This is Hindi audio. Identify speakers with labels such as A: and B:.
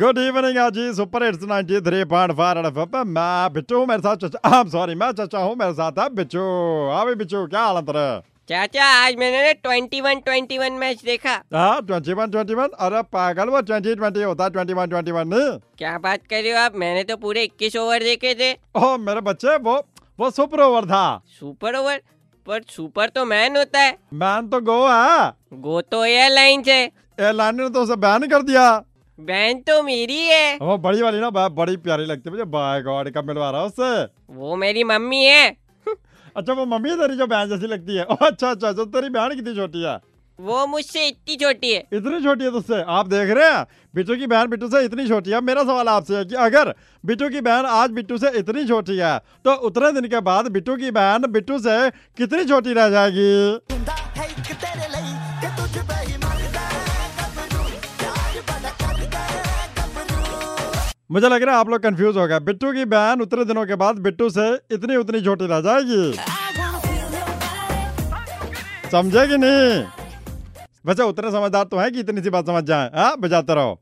A: गुड इवनिंग आजी सुपर हिट्स 93.5 पॉइंट मैं बिट्टू हूं, मेरे साथ चचा आई सॉरी मैं चचा हूँ मेरे साथ है बिच्चू हाँ भी बिच्चू क्या हाल है तेरे
B: चाचा आज मैंने twenty one twenty one match देखा
A: हाँ ट्वेंटी वन अरे पागल वो ट्वेंटी ट्वेंटी होता है ट्वेंटी वन नहीं
B: क्या बात कर रहे हो आप मैंने तो पूरे इक्कीस ओवर देखे थे
A: ओ मेरे बच्चे वो वो सुपर ओवर था
B: सुपर ओवर पर सुपर तो मैन होता है
A: मैन तो गो है
B: गो तो एयरलाइंस है
A: एयरलाइन ने तो उसे बैन कर दिया
B: बहन तो मेरी है
A: वो बड़ी वाली ना बा- बड़ी प्यारी लगती है मुझे बाय गॉड कब मिलवा रहा है उससे
B: वो मेरी मम्मी है
A: अच्छा वो मम्मी तेरी जो बहन जैसी लगती है ओह, अच्छा अच्छा तो तेरी बहन कितनी छोटी है
B: वो मुझसे इतनी छोटी है
A: इतनी छोटी है तुझसे आप देख रहे हैं बिट्टू की बहन बिट्टू से इतनी छोटी है अब मेरा सवाल आपसे है कि अगर बिट्टू की बहन आज बिट्टू से इतनी छोटी है तो उतने दिन के बाद बिट्टू की बहन बिट्टू से कितनी छोटी रह जाएगी
C: ਹੁੰਦਾ ਹੈ ਇੱਕ ਤੇਰੇ ਲਈ ਤੇ ਤੁਝ ਬਈ ਮੰਗਦਾ ਗੱਭਰੂ ਪਿਆਰ ਬੜਾ ਕਰਦਾ ਗੱਭਰੂ
A: मुझे लग रहा है आप लोग कंफ्यूज हो गए बिट्टू की बहन उतने दिनों के बाद बिट्टू से इतनी उतनी छोटी रह जाएगी समझे कि नहीं वैसे उतने समझदार तो हैं कि इतनी सी बात समझ जाए बजाते रहो